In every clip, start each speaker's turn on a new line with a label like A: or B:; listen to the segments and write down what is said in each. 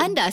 A: Anda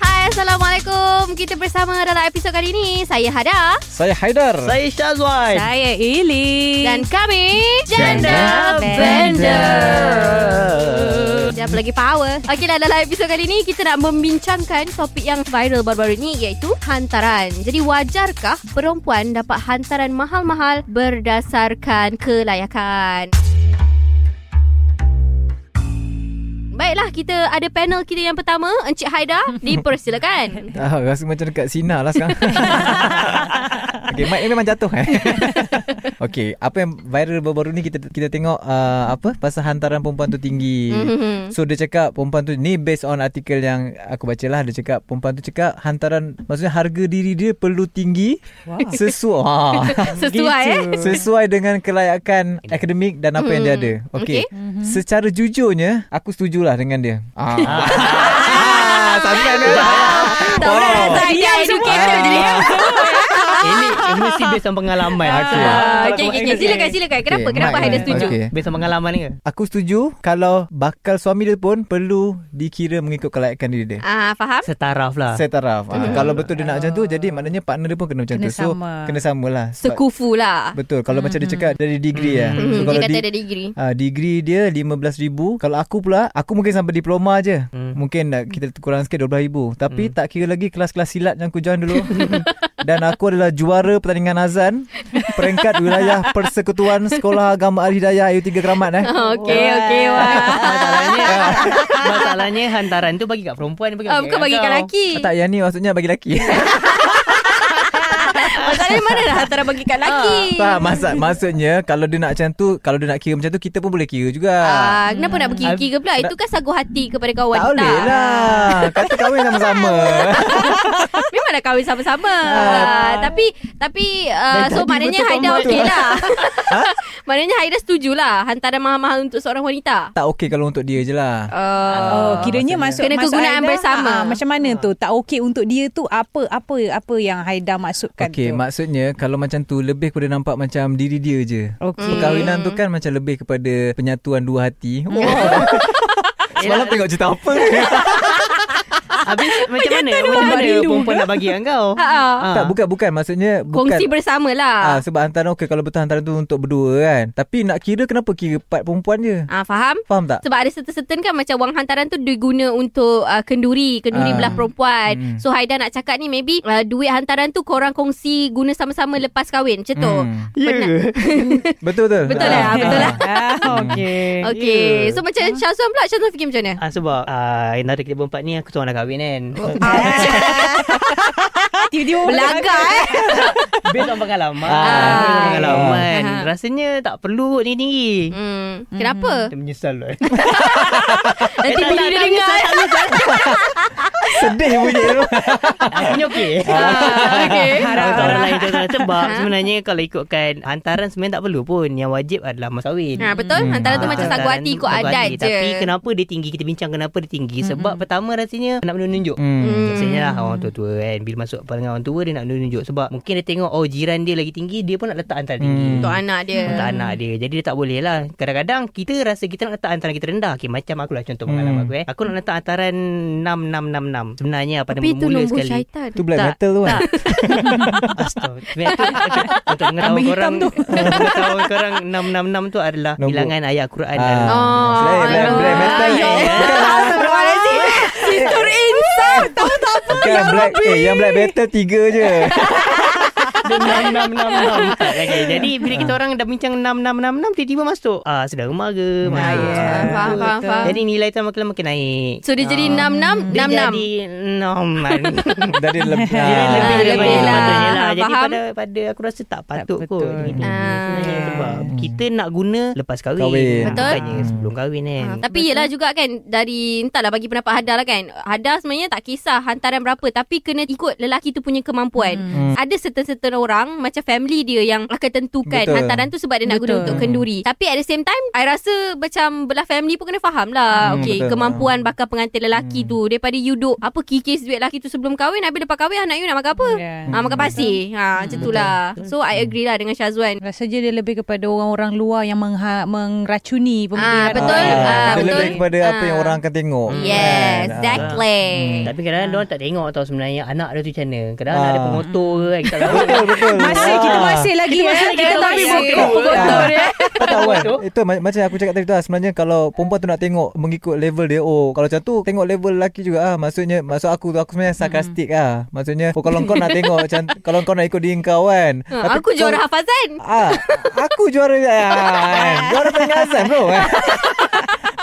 B: Hai, Assalamualaikum. Kita bersama dalam episod kali ini. Saya Hada
C: Saya Haidar.
D: Saya Syazwan.
E: Saya Ili
B: dan kami
E: Gender
B: Ah, Jangan apa lagi power. Okeylah dalam episod kali ini kita nak membincangkan topik yang viral baru-baru ini iaitu hantaran. Jadi wajarkah perempuan dapat hantaran mahal-mahal berdasarkan kelayakan? Baiklah kita ada panel kita yang pertama Encik Haida dipersilakan.
C: Ah, rasa macam dekat Sina lah sekarang. okay, mic ni memang jatuh eh. okay, apa yang viral baru-baru ni kita kita tengok uh, apa pasal hantaran perempuan tu tinggi.
B: Mhm.
C: So dia cakap perempuan tu ni based on artikel yang aku baca lah dia cakap perempuan tu cakap hantaran maksudnya harga diri dia perlu tinggi wow. sesuai
B: Sesuai eh.
C: sesuai dengan kelayakan akademik dan apa yang dia ada.
B: Mm-hmm.
C: Okey.
B: Okey.
C: Secara jujurnya aku setujulah dengan dia. Ah. ah. Sampai ni.
B: Ah, Tak
C: Wow.
B: orang tak diam semua jadi. Ah,
D: Ini mesti based on pengalaman.
C: Okey.
B: Ah, Okey okey okey. silakan silakan. Kenapa
C: Okey,
B: kenapa
C: Mat,
B: Haida
C: Mat.
B: setuju?
C: Okey.
D: Based on pengalaman ke?
C: Aku setuju kalau bakal suami dia pun perlu dikira mengikut kelayakan diri dia.
B: Ah faham?
D: Setaraf lah.
C: Setaraf. Ah,
B: Hmm.
C: kalau betul dia nak macam tu jadi maknanya partner dia pun kena macam
E: Kena
C: tu. So
E: sama.
C: kena samalah. Sebab-
B: Sekufu lah.
C: Betul. Kalau macam dia cakap dari degree ya.
B: Hmm, dia
C: So, kalau
B: kata
C: di-
B: ada degree.
C: Ah, degree dia 15,000 Kalau aku pula Aku mungkin sampai diploma je
D: Hmm.
C: Mungkin nak kita kurang sikit 12,000 Tapi tak kira lagi Kelas-kelas silat yang aku join dulu Dan aku adalah juara pertandingan azan Peringkat wilayah persekutuan Sekolah Agama Al-Hidayah IU3 Keramat eh
B: Ah. Okey okey wah. Ah,
D: Masalahnya Masalahnya hantaran tu bagi kat perempuan dia bagi
B: Ah, bukan bagi kat lelaki.
C: Tak yang ni maksudnya bagi lelaki
B: Masalahnya mana dah antara bagi kat lelaki?
C: Tak maksud, Maksudnya Kalau dia nak macam tu Kalau dia nak kira macam tu Kita pun boleh kira juga
B: Ah, kenapa nak pergi ke pula? Itu kan sagu hati kepada kawan
C: Hmm. Tak boleh lah Kata kahwin sama-sama
B: Memang dah kahwin sama-sama. Ah,
C: Ah.
B: tapi tapi uh,
C: Dan
B: so
C: tadi
B: maknanya
C: betul
B: Haida
C: kawan tu.
B: okey lah. maknanya Haida setujulah hantaran mahal-mahal untuk seorang wanita.
C: Tak okey kalau untuk dia je lah
E: Oh, kiranya masuk
B: Kena
E: masuk
B: kegunaan
E: Haida,
B: bersama.
E: ah, Macam mana tu Tak okey untuk dia tu Apa apa apa yang Haida maksudkan
C: Okey,
E: kan tu
C: maksudnya kalau macam tu lebih kepada nampak macam diri dia je.
E: Okey.
C: Perkahwinan tu kan macam lebih kepada penyatuan dua hati. Wow. Semalam tengok cerita apa ni?
D: Habis macam mana Macam mana perempuan nak bagi kat
B: Ha,
D: kau
B: ah.
D: Ah.
C: tak, bukan bukan maksudnya bukan
B: Kongsi bersama lah.
C: Ah, sebab hantaran okey kalau betul hantaran tu untuk berdua kan. Tapi nak kira kenapa kira part perempuan je?
B: Ah, faham?
C: Faham tak?
B: Sebab ada certain-certain kan Macam wang hantaran tu Diguna untuk uh, kenduri Kenduri
C: Ah.
B: belah perempuan
C: Hmm.
B: So Haida nak cakap ni Maybe uh, duit hantaran tu Korang kongsi Guna sama-sama lepas kahwin Macam tu
C: Hmm.
B: Penat.
C: Betul betul.
B: Betul lah,
C: Ah.
B: betul lah.
E: ah, Okey
D: Ya.
B: Okay So macam Syazwan pula Syazwan fikir macam mana
D: Ah, sebab ah, antara kita berempat ni aku seorang dah kahwin kan
B: Oh.
E: Tiba-tiba
B: Belagak eh
D: Based on pengalaman
C: Ah.
D: Based on pengalaman
B: Ah.
D: Rasanya tak perlu tinggi-tinggi
B: hmm. Kenapa
D: Dia menyesal
B: eh.
D: lah
B: Nanti
D: Eh, tak,
B: bila
D: tak,
B: dia
D: tak,
B: dengar
C: Sedih bunyi tu.
D: Aku ni okey
B: Ah, okay.
D: Harap
E: Harap-
D: orang lain contohnya sebab
B: Ha?
D: sebenarnya kalau ikutkan hantaran sebenarnya tak perlu pun. Yang wajib adalah mas kahwin.
B: ha, Betul
C: Hmm.
B: Hantaran tu
D: Ah,
B: macam sagu
D: hantaran
B: hati Ikut
D: sagu
B: adat je
D: hati. Tapi kenapa dia tinggi Kita bincang kenapa dia tinggi Sebab pertama rasanya Nak menunjuk
B: Mm.
C: Hmm.
D: Biasanya lah orang tua-tua kan Bila masuk pandangan orang tua Dia nak menunjuk Sebab mungkin dia tengok Oh jiran dia lagi tinggi Dia pun nak letak hantaran tinggi
C: Hmm.
B: Untuk anak dia
D: Untuk anak dia Jadi dia tak boleh lah Kadang-kadang kita rasa Kita nak letak hantaran kita rendah okay, Macam aku lah contoh pengalaman
C: Hmm.
D: aku eh Aku nak letak hantaran 6666 Sebenarnya pada
B: Tapi tu
D: mula-mula
B: nombor
D: sekali
B: syaitan
C: Tu black
D: Tak,
C: metal tu kan.
D: tak. Astaga. Okay, untuk mengetahui
E: Kambing hitam
D: korang
E: tu.
D: mengetahui korang 666 tu adalah
C: Nombor.
D: bilangan ayat Quran dan
C: Ah.
B: Oh,
C: black, black, black metal.
B: ya Allah.
C: Bukan
B: Astagfirullahaladzim Sister insan Tahu tak
C: Bukan black, eh, yang black metal tiga je.
D: Dia 6666 tak lagi. Jadi bila
C: Ah.
D: kita orang dah bincang 6666 tiba-tiba masuk ah sedang mara,
C: Nah,
D: mara.
C: ya.
B: Faham faham faham
D: Jadi nilai tu makin makin naik.
B: So dia jadi
D: Ah.
B: 66
D: Dia
B: 66
D: jadi normal.
C: Dari lebih.
D: Nilai
B: Ah, lebih
D: lebih daripada
B: lah.
D: sepatutnya lah. Jadi
B: Faham?
D: pada pada aku rasa tak patut
E: betul.
D: kot. Jadi,
B: Ah.
D: sebenarnya Sebab kita nak guna lepas kahwin. Ah,
C: Kahwin.
B: Betul.
D: Bukannya sebelum kahwin kan.
B: Ha, tapi yelah juga kan dari entahlah bagi pendapat Hada lah kan. Hada sebenarnya tak kisah hantaran berapa tapi kena ikut lelaki tu punya kemampuan. Hmm. Ada certain-certain orang macam family dia yang akan tentukan Betul.
C: Betul.
B: hantaran tu sebab dia nak guna
E: Betul.
B: untuk kenduri. Tapi at the same time I rasa macam belah family pun kena faham lah.
C: Hmm,
B: okay,
C: betul.
B: kemampuan bakal pengantin lelaki
C: Hmm.
B: tu daripada you duk apa kikis duit lelaki tu sebelum kahwin habis lepas kahwin anak you nak makan apa?
E: Yeah.
B: Ha, makan pasir. Ha, macam tu lah. So, I agree lah dengan Syazwan.
E: Rasa je dia lebih kepada orang-orang luar yang mengha-
B: Ah,
E: mengracuni pemberian.
B: betul.
E: orang.
B: Ah,
C: Dia
B: betul.
C: lebih kepada apa
B: Ah.
C: yang orang akan tengok
B: Yes,
C: Kan? Ah.
B: exactly.
D: Tapi kadang-kadang ha. orang tak tengok tau sebenarnya anak dia tu macam mana. Kadang-kadang ha. ada
C: Ah.
D: pengotor ke kan, kita tak tahu.
C: Betul betul
E: Masih kita
C: Ah.
E: masih Ah. lagi eh.
B: kita masih.
E: betul.
D: dia.
C: Kau tahu kan Itu ma- macam aku cakap tadi tu lah Sebenarnya kalau perempuan tu nak tengok Mengikut level dia Oh kalau macam tu Tengok level lelaki juga ah. Maksudnya Maksud aku tu Aku
B: Hmm.
C: sebenarnya sarkastik ah. Maksudnya oh, Kalau kau nak tengok macam Kalau kau nak ikut diri kau kan
B: Ha, aku
C: kau-
B: juara hafazan.
C: ah, Aku juara ah, Juara pengasan bro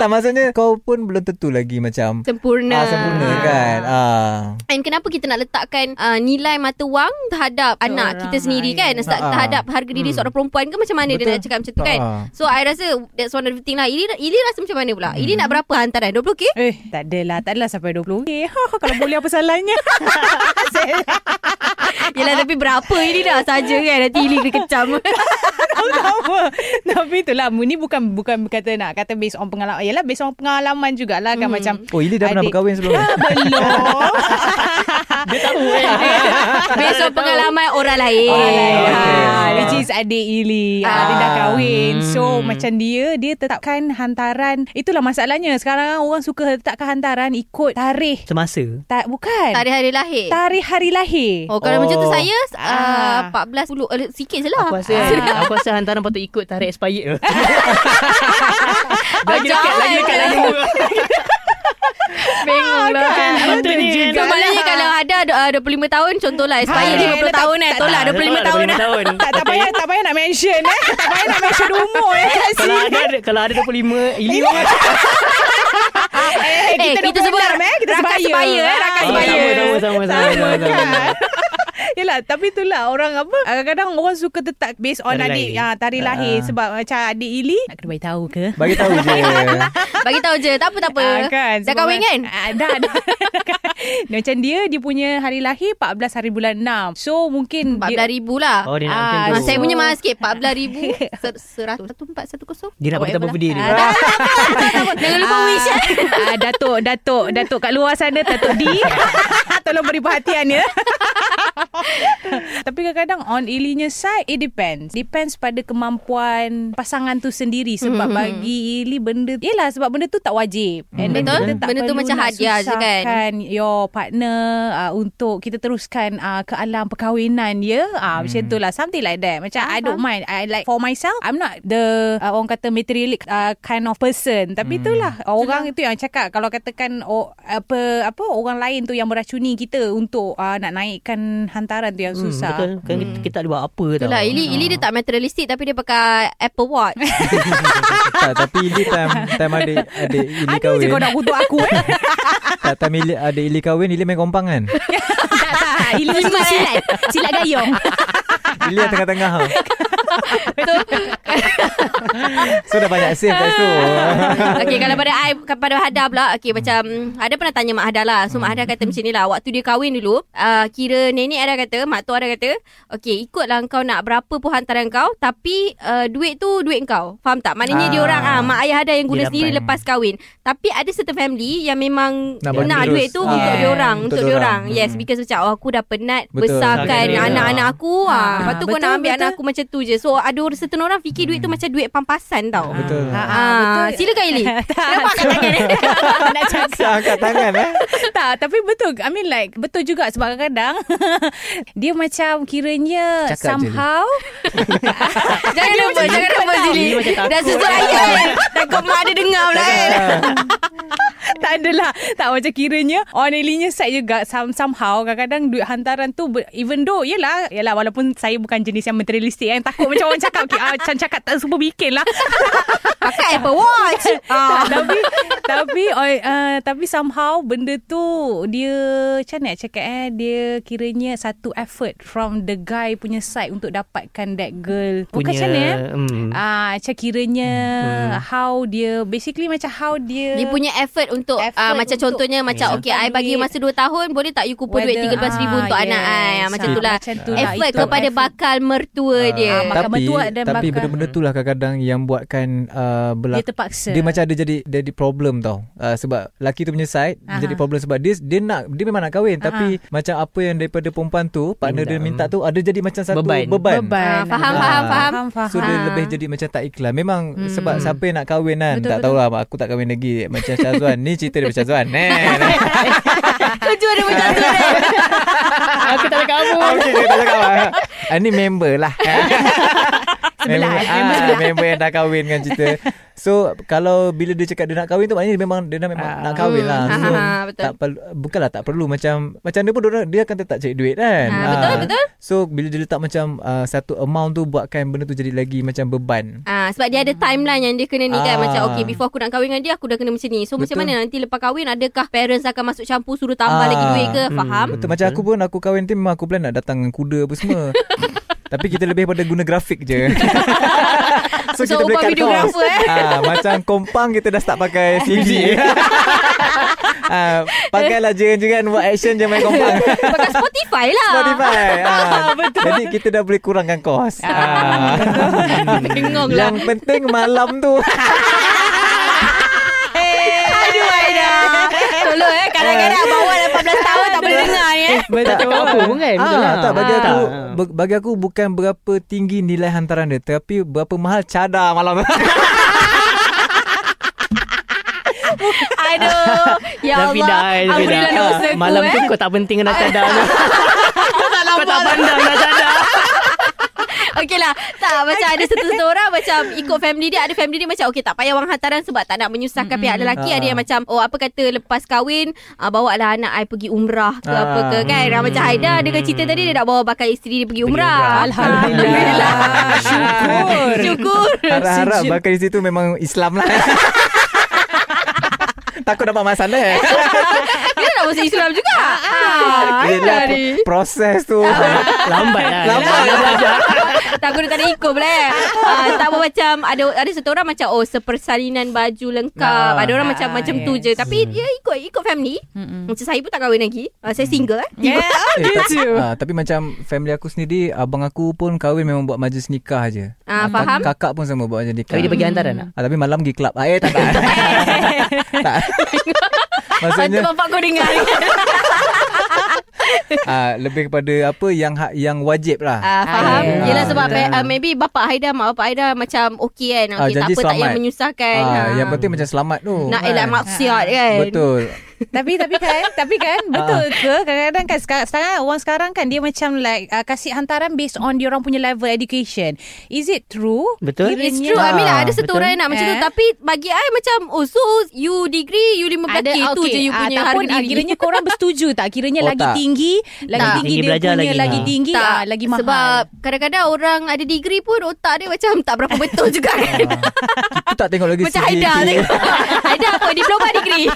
C: Tak maksudnya Kau pun belum tentu lagi macam
B: Sempurna.
C: Ah, sempurna kan ah.
B: And kenapa kita nak letakkan uh, nilai mata wang terhadap Seorang anak kita sendiri kan
E: ayah.
B: Ustaz,
C: Ha-ha.
B: terhadap harga diri seorang perempuan ke macam mana dia
C: Betul.
B: nak cakap macam tu kan
C: Ha-ha.
B: So I rasa that's one of the thing lah Ili, Ili rasa macam mana pula hmm. Ili nak berapa hantaran 20k
E: Eh, tak adalah, tak adalah sampai 20. Eh, kalau boleh apa salahnya?
B: Yelah tapi berapa Ili dah saja kan Nanti Ili kena kecam
E: apa Tapi itulah Ni bukan bukan kata nak Kata based on pengalaman Yalah based on pengalaman jugalah Kan macam
C: Oh Ili dah pernah
E: Adik.
C: berkahwin sebelum ni
E: Belum
B: Based on pengalaman orang lain
E: Orang lain.
C: Oh, okay.
E: Ah,
C: Ah. Hmm.
E: Which is adik Ili ah. Dia dah kahwin So macam dia Dia tetapkan hantaran Itulah masalahnya Sekarang orang suka letakkan hantaran Ikut tarikh
D: Semasa.
E: tak, Bukan
B: Tarikh hari lahir
E: Tarikh hari lahir
B: Oh kalau
D: Oh.
B: macam tu saya uh,
E: Ah.
B: 14 10 eh, sikit je lah
D: Aku rasa aku rasa hantaran patut ikut tarikh expired ke. lagi dekat, lagi dekat, lagi murah.
B: Bingung
E: Kan?
B: lah
D: Betul
B: So maknanya kalau
E: lah.
B: ada uh, 25 tahun Contohlah Expired
E: Ha,
B: 50
E: tak-
B: tahun eh
E: tak-
B: Tolak 25 tahun lah
D: tahun.
E: tak, tak payah tak payah nak mention eh. Tak payah nak mention umur eh.
D: Kalau ada ada- kalau ada 25 Ili memang
E: Eh, kita,
B: kita sebut
E: 26, eh. Kita
B: rakan
E: sebaya.
B: sebaya, eh, rakan
E: Ah,
D: sama
B: sebaya.
D: sama sama sama. sama, sama.
E: Kan? Yelah tapi itulah orang apa kadang-kadang orang suka tetap based on
D: Tarikh
E: adik
D: lahir.
E: ah tarikh lahir
C: Ah.
E: sebab macam adik Ili nak kena bagi tahu ke
C: Bagi tahu je
B: Bagi tahu je. Tak apa tak apa.
E: Ah, kan,
B: Dah
E: sebab-
B: kahwin kan?
E: Ah, dah, dah, dah kan. Dia macam dia Dia punya hari lahir 14 hari bulan 6 So mungkin dia,
B: RM14,000 lah.
D: Oh dia nak
E: Ah,
D: macam
B: Ah,
D: tu.
B: saya punya mahal sikit RM14,000 Seratus Satu empat satu kosong
D: Dia nak pakai
B: Whatever
D: tanpa pedih dia.
B: lah. Ah, tak, tak, tak, tak, tak, tak. Jangan lupa
E: Ah,
B: wish eh.
E: ah, Datuk Datuk Datuk kat luar sana Datuk D Tolong beri perhatian ya Tapi kadang-kadang On Ilinya side It depends Depends pada kemampuan Pasangan tu sendiri Sebab
B: Mhm.
E: bagi Ili Benda Yelah sebab benda tu tak wajib And then
B: Betul.
E: kita tak
B: Benda tu
E: perlu
B: macam
E: nak
B: hadiah je kan.
E: susahkan Your partner uh, Untuk kita teruskan uh, Ke alam perkahwinan ya uh,
C: Hmm.
E: Macam tu lah Something like that Macam I don't mind I like for myself I'm not the uh, Orang kata materialistic uh, Kind of person
C: Hmm.
E: Tapi itulah uh, Orang itu yang cakap Kalau katakan oh, apa apa Orang lain tu yang meracuni kita Untuk uh, nak naikkan Hantaran tu yang
D: Hmm,
E: susah
D: Betul. Kan kita, kita tak boleh buat apa tau.
B: Itulah Ili, Ili dia tak materialistik Tapi dia pakai Apple Watch
C: tak, Tapi Ili time, time adik, adik Ili
E: Aduh
C: kahwin
E: je kau nak kutuk aku eh
C: Tak time Ili, adik Ili kahwin Ili main kompang kan
E: Tak tak Ili semua silat Silat gayung
C: Ili yang tengah-tengah ha.
B: Betul
C: So dah banyak save kat situ
E: Ah.
B: Okay kalau pada I Pada Hada pula Okay macam Ada pernah tanya Mak Hada lah So Mak Hada kata macam ni lah Waktu dia kahwin dulu uh, Kira nenek ada kata Mak tu ada kata Okay ikutlah kau nak Berapa pun hantaran kau Tapi uh, Duit tu duit kau Faham tak Maknanya
C: Ah.
B: dia orang ah, Mak ayah Hada yang guna
D: Dia dapat.
B: sendiri Lepas kahwin Tapi ada certain family Yang memang
C: Nak
B: Nak,
C: bagi terus.
B: duit tu
C: Ah.
B: Untuk dia orang
C: Untuk
B: Untuk
C: dia
B: dia orang
C: orang.
B: Yes
C: Hmm.
B: because macam oh, Aku dah penat
C: Betul.
B: Besarkan
D: Sangat dia.
B: anak-anak aku ah.
E: Ah,
B: Lepas tu kau
E: betul,
B: nak ambil anak
E: betul.
B: aku macam tu je So ada orang- certain orang Fikir duit tu macam duit pampasan tau
C: Hmm. Betul
E: Ah,
B: Ah,
E: betul.
B: silakan Ili. Kenapa angkat tangan eh?
E: Nak cakap
C: Saya angkat tangan eh
E: tak tapi betul I mean like betul juga sebab kadang-kadang dia macam kiranya
C: Cakap je
E: somehow
B: Jangan lupa, jangan lupa Zili.
D: Ili macam
B: Dah
D: takut.
B: susah ayat kan. Takut mak dia dengar pula kan.
E: tak adalah tak macam kiranya on Elinya side juga some, somehow kadang-kadang duit hantaran tu ber- even though yelah yelah walaupun saya bukan jenis yang materialistik yang takut Macam orang cakap okay, ah, Macam cakap tak super bikin lah
B: Pakai Apple Watch.
E: ah. Tapi Tapi oi, uh, Tapi somehow Benda tu Dia Macam mana nak cakap eh Dia kiranya Satu effort From the guy punya side Untuk dapatkan that girl Bukan
D: Punya,
E: macam mana eh
D: mm.
E: Ah, macam kiranya hmm. how dia basically macam how dia
B: Dia punya effort untuk effort
E: Effort
B: uh, macam
E: untuk-
B: contohnya macam
E: Yeah.
B: okey I bagi you masa 2 tahun boleh tak you kumpul duit
E: Whether-
B: 13000
E: ah,
B: untuk
E: yes.
B: anak I Ah, macam
E: Ah,
B: itulah.
E: macam tu lah.
B: Effort
E: Itu
B: kepada
E: effort.
B: bakal mertua dia.
E: Ah, bakal
C: tapi
E: bertuak dan
C: tapi
E: bakal-
C: benda-benda tu lah kadang-kadang yang buatkan uh,
E: dia
C: berlaku
E: terpaksa
C: dia macam ada jadi jadi problem tau uh, sebab laki tu punya side
E: Aha.
C: uh-huh. jadi problem sebab dia dia nak dia memang nak kahwin uh-huh. tapi macam apa yang daripada perempuan tu partner
D: Minta,
C: dia minta
D: mm.
C: tu ada jadi macam satu
D: Beban.
C: beban,
B: Ah, faham, faham, faham.
E: faham.
C: So dia
B: Ah.
C: lebih jadi macam tak ikhlas
B: Hmm.
C: Memang hmm. sebab siapa yang nak kahwin kan
E: Betul,
C: Tak
E: betul.
C: tahulah aku tak kahwin lagi Macam Syazwan Ni cerita daripada Syazwan Eh,
B: Tujuan dia macam tu. Ren.
D: Aku tak cakap apa.
C: Okay tak cakap lah Ah, Ni member lah
E: Sebelah, eh, member
C: member, ah,
E: sebelah.
C: member yang dah kahwin kan cerita So kalau bila dia cakap dia nak kahwin tu Maknanya dia memang Dia dah memang
E: Ah.
C: nak kahwin lah
B: Hmm,
C: So
B: ha, ha, betul.
C: tak perlu, Bukanlah tak perlu Macam Macam dia pun dorang, dia akan tetap cari duit kan
B: Ah,
C: Ah.
B: betul, betul.
C: So bila dia letak macam ah, Satu amount tu Buatkan benda tu jadi lagi Macam beban
B: Ah sebab dia ada timeline yang dia kena ni kan
C: Ah.
B: macam okey before aku nak kahwin dengan dia aku dah kena macam ni. So macam
C: Betul.
B: mana nanti lepas kahwin adakah parents akan masuk campur suruh tambah
C: Ah.
B: lagi duit ke?
E: hmm,
B: Faham?
C: Betul macam aku pun Aku kahwin tu memang aku plan Nak datang dengan kuda apa semua Tapi kita lebih pada guna grafik je So,
B: So, upah videographer, eh?
C: ha, Macam kompang kita dah start pakai CD ha, Pakailah je je kan Buat action je main kompang
B: Pakai Spotify lah.
C: Spotify ha. Jadi kita dah boleh kurangkan kos ha.
B: Bengong Ah. lah.
C: Yang penting malam tu
B: Aduh Aida. Tolong eh kadang-kadang bawa 18 tahun tak boleh dengar ni eh.
D: Tak cakap apa pun kan.
C: Ah,
D: Betul lah.
C: tak bagi
D: Ah.
C: aku be- bagi aku bukan berapa tinggi nilai hantaran dia tapi berapa mahal cadar malam tu.
B: Aduh. Ya
D: Dah
B: Allah.
D: pindah eh, dah pindah.
B: Ampunilah dosa
D: Ah,
B: ku,
D: Malam tu
B: eh.
D: kau tak penting nak cadar Kau tak pandang nak cadar
B: Okey lah Tak macam ada satu-satu orang Macam ikut family dia Ada family dia macam Okey tak payah wang hantaran Sebab tak nak menyusahkan mm-hmm. pihak lelaki
C: Ah.
B: Ada yang macam Oh apa kata lepas kahwin uh, Bawa lah anak I pergi umrah ke
C: Ah.
B: apa ke kan mm-hmm. Macam Haida dengan cerita tadi Dia nak bawa bakal isteri dia pergi umrah,
D: umrah.
E: Alhamdulillah.
B: Syukur Syukur
C: Harap-harap bakal di situ memang Islam lah. Takut dapat masalah eh.
B: Dia nak masuk Islam juga ah,
C: Yelah, pro- proses tu.
D: Lambat lah
C: Lambat.
B: Tak aku dah tak ada ikut pula eh. Ah, tak apa macam ada ada satu orang macam oh sepersalinan baju lengkap.
C: Ah.
B: ada orang macam
E: Ah,
B: macam tu je. Tapi
C: Hmm.
B: dia ikut ikut family. Macam saya pun tak kahwin lagi. Ah, saya single eh.
E: yeah.
C: eh, tapi, ah, tapi macam family aku sendiri, abang aku pun kahwin memang buat majlis nikah je.
B: Ah,
C: Kak-
B: faham?
C: Kakak pun sama buat majlis nikah.
D: Tapi dia bagi hantaran lah
C: Ah, tapi malam pergi club. Ah, eh, tak, tak. tak. Maksudnya
B: Patut bapak kau dengar ni.
C: ah, lebih kepada apa yang ha- yang wajib lah.
B: Ah, faham?
D: Ah,
B: Yelah sebab
D: betul.
B: ah, maybe bapak Haida mak bapak Haida macam okey kan.
C: Ah,
B: Okey tak
C: janji
B: apa tak payah
C: selamat.
B: menyusahkan.
C: Ah,
B: Ah,
C: yang penting macam selamat tu.
B: nak
C: kan?
B: elak maksiat kan.
C: Betul.
E: tapi tapi kan tapi kan
C: Ah.
E: betul ke kadang-kadang kan sekarang, sekarang orang sekarang kan dia macam like uh, kasih hantaran based on dia orang punya level education. Is it true?
D: Betul
B: It's true I mean
C: Ah,
B: ada satu
D: betul.
B: orang yang nak macam tu
E: Eh.
B: Tapi bagi I macam Oh so you degree You 15k tu je you
E: ah,
B: punya harga
E: ataupun, ah,
B: diri
E: Kiranya korang bersetuju tak? Kiranya
C: Oh,
E: lagi
C: tak.
E: tinggi, lagi
B: Tak.
E: tinggi
D: Tinggi
E: dia
D: belajar
E: punya,
D: lagi.
E: lagi
D: Ah.
E: tinggi,
B: tak,
E: ah, lagi mahal.
B: Sebab kadang-kadang orang ada degree pun otak dia macam tak berapa betul juga kan.
C: Ah. Kita tak tengok lagi
B: macam
C: CV.
B: Haida tengok. Haida apa diploma degree.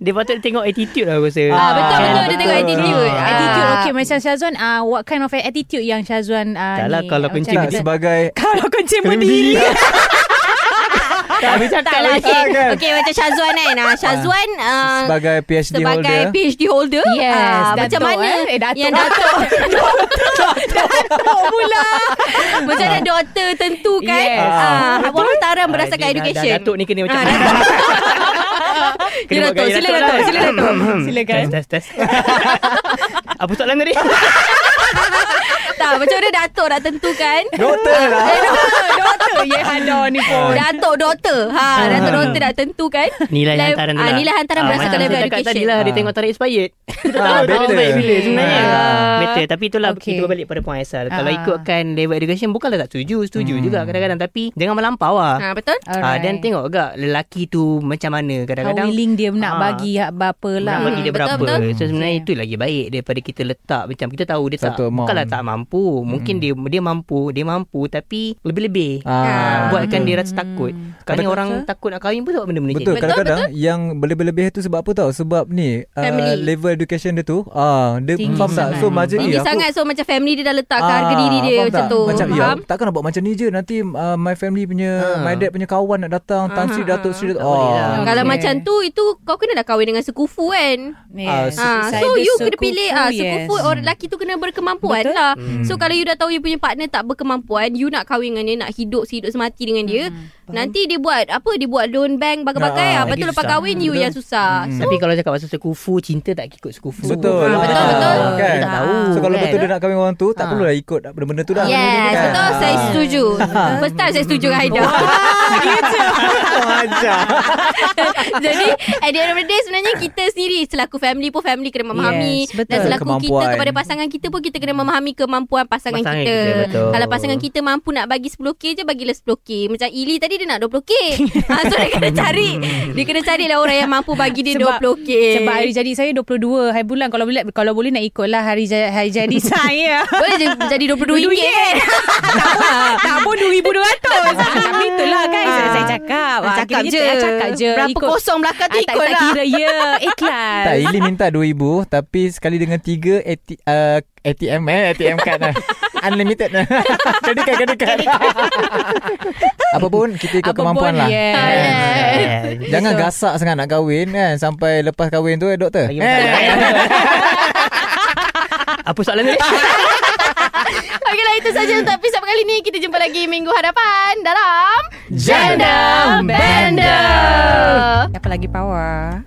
D: Dia patut tengok attitude lah aku rasa
B: ah, betul betul
D: Kan?
B: dia
C: betul.
B: tengok attitude.
C: Ah.
E: Attitude okay macam Syazwan ah what kind of attitude yang Syazwan ah
D: Tak lah,
E: ni,
D: kalau
E: ah, macam
D: kencing
C: Tak,
E: dia-
C: sebagai
E: kalau kencing berdiri
D: Tak habis cakap
B: Tak lah
D: lagi.
B: okay.
C: kan?
B: okay macam Syazwan kan. Ah, Syazwan ah,
C: sebagai PhD
B: sebagai
C: holder.
B: PhD holder.
E: Yes,
B: Ah, macam
E: Datuk,
B: mana Ya,
E: eh. Eh, Datuk.
B: yang datuk macam mana doktor tentukan
E: Yes.
B: ah, hawa hantaran
D: Ah,
B: berdasarkan
D: dia dah-
B: education.
D: dah Datuk ni kena macam
B: Ah,
D: mana
B: Ya, Datuk. Sila, Datuk. Sila, Datuk.
E: Silakan.
D: lah. Test test test Apa soalan tadi?
B: tak macam mana datuk nak tentukan
C: Doktor lah.
E: doktor ye hada ni pun
B: Datuk doktor ha, Datuk doktor nak tentukan
D: Ah. Nilai
B: Lev-
D: hantaran tu
B: ah,
D: lah.
B: Nilai hantaran
D: Ah,
B: berdasarkan
D: macam
B: level
D: saya cakap
B: education
D: tadi lah Dia
C: Ah.
D: tengok tarikh expired Kita
C: Ah,
D: tak tahu
C: better.
D: expired bila sebenarnya
E: Ah.
D: Better Tapi itulah
E: Okay.
D: Kita balik pada point Aisal Kalau
E: Ah.
D: ikutkan level education Bukanlah tak setuju Setuju juga kadang-kadang Tapi jangan melampau
B: ha,
D: lah
B: Betul
D: Ah, Dan tengok agak Lelaki tu macam mana
E: how
D: Kadang-kadang
E: willing dia nak
D: Ah.
E: bagi hak berapa
D: Nak
E: lah
D: bagi dia
B: betul,
D: berapa
B: betul.
D: So sebenarnya itu lagi baik Daripada kita letak Macam kita tahu dia tak
C: Satu amount.
D: Bukanlah tak mampu mampu. Mungkin dia dia mampu, dia mampu tapi lebih-lebih.
C: Hmm. Ah.
D: Buatkan dia rasa takut. Kadang
E: Betul,
D: orang
E: betul.
D: takut nak kahwin pun sebab benda-benda
C: Betul,
D: macam ni.
C: kadang-kadang yang berlebih-lebih tu sebab apa tau? Sebab ni uh,
B: Family.
C: level education dia tu ah dia
E: Tinggi
C: faham tak?
E: sangat.
C: So macam ni
B: Tinggi
C: aku
B: sangat So macam family dia dah letak ah, harga
C: Ah,
B: diri dia
C: faham
B: Macam
C: tak?
B: tu
C: Macam ya,
B: Faham?
C: takkan nak buat macam ni je nanti uh, my family punya
D: Ah.
C: my dad punya kawan nak datang, tan sri
B: Ah.
C: datuk sri.
D: Tak boleh lah.
C: Oh.
E: Okay.
B: Kalau macam tu Itu kau kena dah kahwin dengan sekufu kan
E: Yes.
B: Ah,
E: Saya
B: so you
E: bersukufu,
B: kena pilih ah
E: yes.
B: sekufu orang lelaki tu kena berkemampuan Betul? lah.
D: Hmm.
B: So kalau you dah tahu you punya partner tak berkemampuan, you nak kahwin dengan dia, nak hidup sehidup semati dengan dia, nanti dia buat apa? Dia buat loan bank bagai-bagai
C: Nah,
B: ah. Lepas tu
D: lagi
B: lepas
D: susah.
B: kahwin you
D: Betul.
B: yang susah.
C: Hmm.
B: Hmm.
D: Tapi kalau cakap pasal sekufu, cinta tak ikut sekufu.
C: Betul.
B: Ah, betul,
C: Ah,
B: betul.
C: Kan?
D: Kita tahu,
C: So kalau
D: kan?
C: betul dia nak kahwin orang tu, tak
D: Ah.
C: perlulah ikut benda-benda tu dah.
B: Yes,
C: Kan?
B: betul saya
C: Ah.
B: setuju. First time saya setuju dengan Haida.
C: Ajar.
B: Jadi at the end of the day sebenarnya kita sendiri selaku family pun family kena memahami
E: Yes, betul.
B: dan selaku kita
C: Kemampuan.
B: kepada pasangan kita pun kita kena memahami kemampuan pasangan,
D: Pasangan
B: kita.
D: kita, betul.
B: Kalau pasangan kita mampu nak bagi 10k je bagilah 10k. Macam Ili tadi dia nak 20k. ha, so dia kena cari dia kena carilah orang yang mampu bagi dia
E: Sebab-
B: 20k.
E: Sebab hari jadi saya 22 hari bulan kalau boleh kalau boleh nak ikutlah hari jadi, hari jadi saya.
B: boleh je jadi 22 ringgit kan.
E: tak pun tak pun 2200. Tapi itulah kan saya, saya cakap. Ah,
B: Cakap
E: kiranya
B: je.
E: saya Cakap je.
B: Berapa kosong belakang tu
E: Ah, tak,
B: ikut
E: tak
B: lah.
E: kira ya ikhlas.
C: Tak, Ili minta RM2,000 tapi sekali dengan 3 AT, uh, ATM eh, ATM card lah. Unlimited lah. Credit card, credit card. Apa pun, kita ikut
E: Apa
C: kemampuan
E: pun,
C: lah.
E: yes.
D: Yeah.
C: Jangan gasak sangat nak kahwin kan Sampai lepas kahwin tu eh doktor
D: Lagi
C: eh,
D: Apa soalan ni?
B: Okeylah itu saja untuk episod kali ni. Kita jumpa lagi minggu hadapan dalam
C: Janda
B: Bender.
E: Apa lagi power?